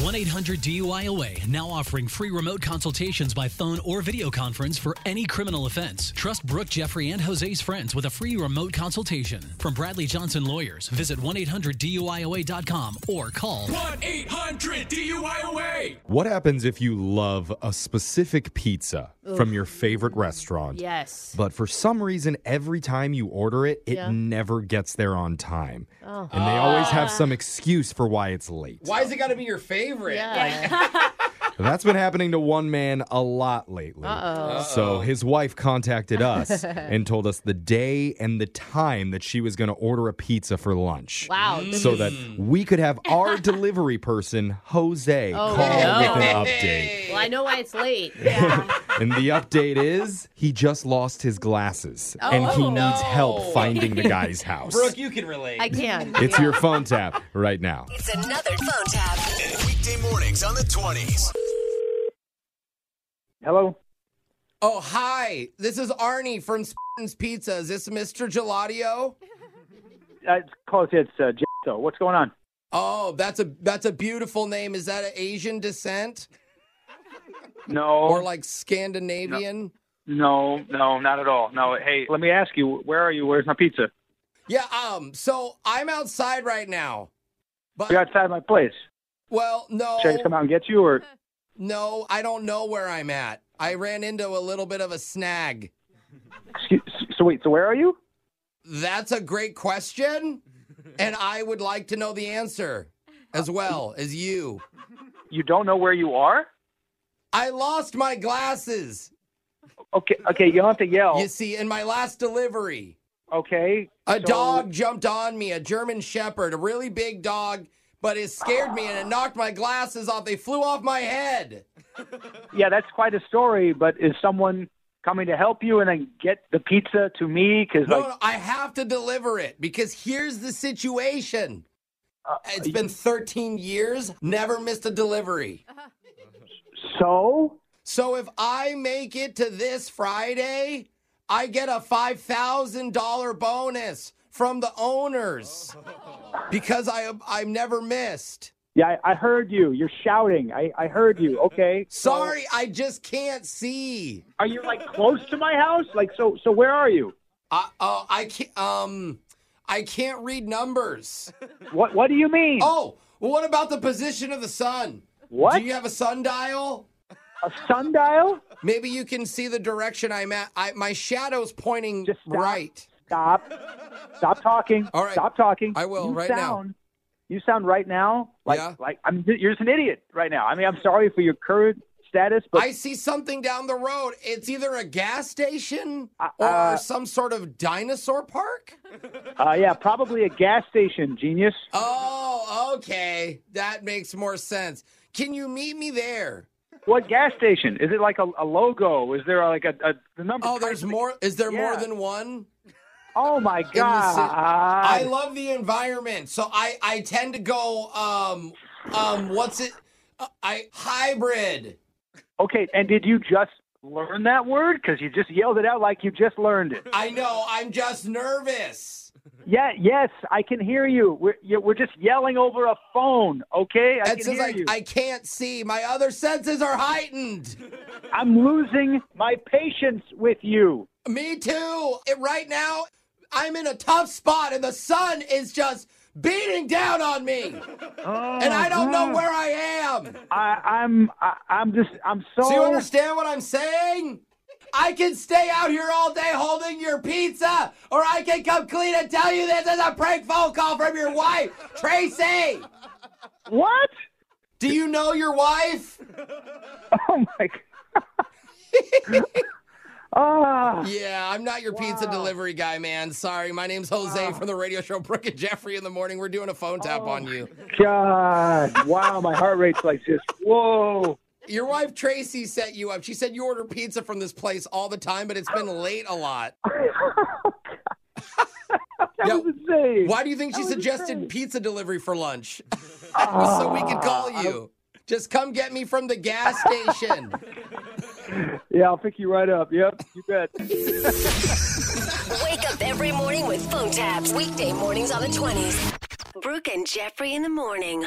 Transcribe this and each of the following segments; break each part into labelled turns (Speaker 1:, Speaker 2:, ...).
Speaker 1: 1 800 DUIOA now offering free remote consultations by phone or video conference for any criminal offense. Trust Brooke, Jeffrey, and Jose's friends with a free remote consultation. From Bradley Johnson Lawyers, visit 1 800 DUIOA.com or call
Speaker 2: 1 800 DUIOA.
Speaker 3: What happens if you love a specific pizza from your favorite restaurant?
Speaker 4: Yes.
Speaker 3: But for some reason, every time you order it, it
Speaker 4: Yeah. Uh-huh.
Speaker 3: never gets there on time. And they always have some excuse for why it's late.
Speaker 5: Why has it got to be your favorite?
Speaker 3: That's been happening to one man a lot lately. Uh-oh. So his wife contacted us and told us the day and the time that she was going to order a pizza for lunch.
Speaker 4: Wow. this
Speaker 3: So
Speaker 4: is-
Speaker 3: that we could have our delivery person, Jose, call
Speaker 4: Oh, no.
Speaker 3: with an update.
Speaker 4: well, I know why it's late.
Speaker 3: And the update is he just lost his glasses and he needs help finding the guy's house.
Speaker 5: Oh, Brooke, you can relate.
Speaker 4: I can.
Speaker 3: It's your phone tap right now.
Speaker 6: It's another phone tap.
Speaker 7: Weekday mornings on the 20s.
Speaker 8: Hello.
Speaker 5: oh, hi. This is Arnie from Spartan's Pizza. Is this Mr. Gelatio?
Speaker 8: Uh, it's close. It's uh, J- so what's going on?
Speaker 5: Oh, that's a that's a beautiful name. Is that an Asian descent
Speaker 8: No,
Speaker 5: or like Scandinavian?
Speaker 8: Oh. no, no, not at all. No. Hey, let me ask you. Where are you? Where's my pizza?
Speaker 5: Yeah. Um. So I'm outside right now, but
Speaker 8: You're outside my place.
Speaker 5: well, no,
Speaker 8: Should I just come out and get you, or
Speaker 5: no, I don't know where I'm at. I ran into a little bit of a snag.
Speaker 8: excuse, so wait. So where are you?
Speaker 5: That's a great question, and I would like to know the answer as well as you.
Speaker 8: You don't know where you are?
Speaker 5: I lost my glasses.
Speaker 8: Okay, okay. You don't have to yell.
Speaker 5: You see, in my last delivery,
Speaker 8: Okay.
Speaker 5: a
Speaker 8: Oh. so-
Speaker 5: dog jumped on me, a German Shepherd, a really big dog, but it scared me and it knocked my glasses off. They flew off my head.
Speaker 8: Yeah, that's quite a story. But is someone coming to help you and then get the pizza to me? Because
Speaker 5: No,
Speaker 8: like,
Speaker 5: no, I have to deliver it because here's the situation.
Speaker 8: Uh,
Speaker 5: It's been 13 years, never missed a delivery.
Speaker 8: so
Speaker 5: So if I make it to this Friday, I get a $5,000 bonus from the owners because I I've never missed.
Speaker 8: yeah, I, I heard you. You're shouting. I, I heard you. Okay.
Speaker 5: Sorry, I just can't see.
Speaker 8: Are you like close to my house? Like so? So where are you?
Speaker 5: I oh, I can't um I can't read numbers.
Speaker 8: What What do you mean?
Speaker 5: Oh, well, what about the position of the sun?
Speaker 8: What?
Speaker 5: Do you have a sundial?
Speaker 8: A sundial?
Speaker 5: Maybe you can see the direction I'm at. I my shadow's pointing
Speaker 8: Just stop.
Speaker 5: right.
Speaker 8: Stop. Stop talking.
Speaker 5: All right.
Speaker 8: Stop talking.
Speaker 5: I will,
Speaker 8: you
Speaker 5: right now.
Speaker 8: sound, You sound right now like
Speaker 5: Yeah.
Speaker 8: like I'm. You're just an idiot right now. I mean, I'm sorry for your current status, but
Speaker 5: I see something down the road. It's either a gas station
Speaker 8: Uh,
Speaker 5: or
Speaker 8: uh,
Speaker 5: some sort of dinosaur park.
Speaker 8: uh, yeah, probably a gas station, genius.
Speaker 5: Uh Oh, okay. That makes more sense. Can you meet me there?
Speaker 8: What gas station? Is it like a, a logo? Is there like a, a the number?
Speaker 5: Oh, there's more. Is there more
Speaker 8: Yeah.
Speaker 5: than one?
Speaker 8: Oh my
Speaker 5: in the
Speaker 8: god!
Speaker 5: city. I love the environment, so I I tend to go um um what's it uh, I hybrid.
Speaker 8: okay, and did you just learn that word? Because you just yelled it out like you just learned it.
Speaker 5: I know. I'm just nervous.
Speaker 8: Yeah, yes, I can hear you. We're you, we're just yelling over a phone. Okay, I
Speaker 5: That
Speaker 8: can
Speaker 5: says
Speaker 8: hear
Speaker 5: I,
Speaker 8: you.
Speaker 5: I can't see. My other senses are heightened.
Speaker 8: I'm losing my patience with you.
Speaker 5: Me too. It- right now, I'm in a tough spot, and the sun is just beating down on me, and I don't know where I am.
Speaker 8: I, I'm I, I'm just I'm so.
Speaker 5: Do you understand what I'm saying? I can stay out here all day holding your pizza, or I can come clean and tell you this is a prank phone call from your wife, Tracy.
Speaker 8: What?
Speaker 5: Do you know your wife?
Speaker 8: Oh my. God. Ah.
Speaker 5: Yeah, I'm not your pizza delivery guy, man. Sorry, my name's Jose from the radio show Brooke and Jeffrey in the morning. We're doing a phone tap on you.
Speaker 8: God, wow, my heart rate's like just whoa.
Speaker 5: Your wife Tracy set you up. She said you order pizza from this place all the time, but it's been late a lot.
Speaker 8: That
Speaker 5: Yeah,
Speaker 8: was insane.
Speaker 5: Why do you think she suggested pizza delivery for lunch? so we could call you. Just come get me from the gas station.
Speaker 8: Yeah, I'll pick you right up. Yep, you bet.
Speaker 6: Wake up every morning with phone taps. Weekday mornings on the 20s. Brooke and Jeffrey in the morning.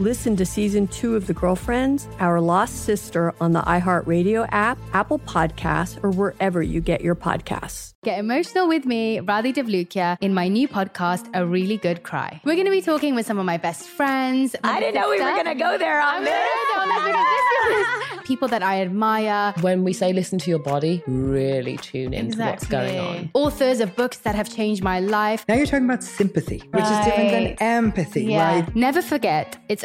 Speaker 9: Listen to season two of The Girlfriends, Our Lost Sister on the iHeartRadio app, Apple Podcasts, or wherever you get your podcasts.
Speaker 10: Get emotional with me, Radhi Devlukia, in my new podcast, A Really Good Cry. We're going to be talking with some of my best friends. I didn't know we were going to go there on this. People that I admire,
Speaker 11: When we say listen to your body, really tune into what's going on.
Speaker 10: authors of books that have changed my life.
Speaker 12: Now you're talking about sympathy, which is different than empathy,
Speaker 10: Yeah.
Speaker 12: right?
Speaker 10: Never forget, it's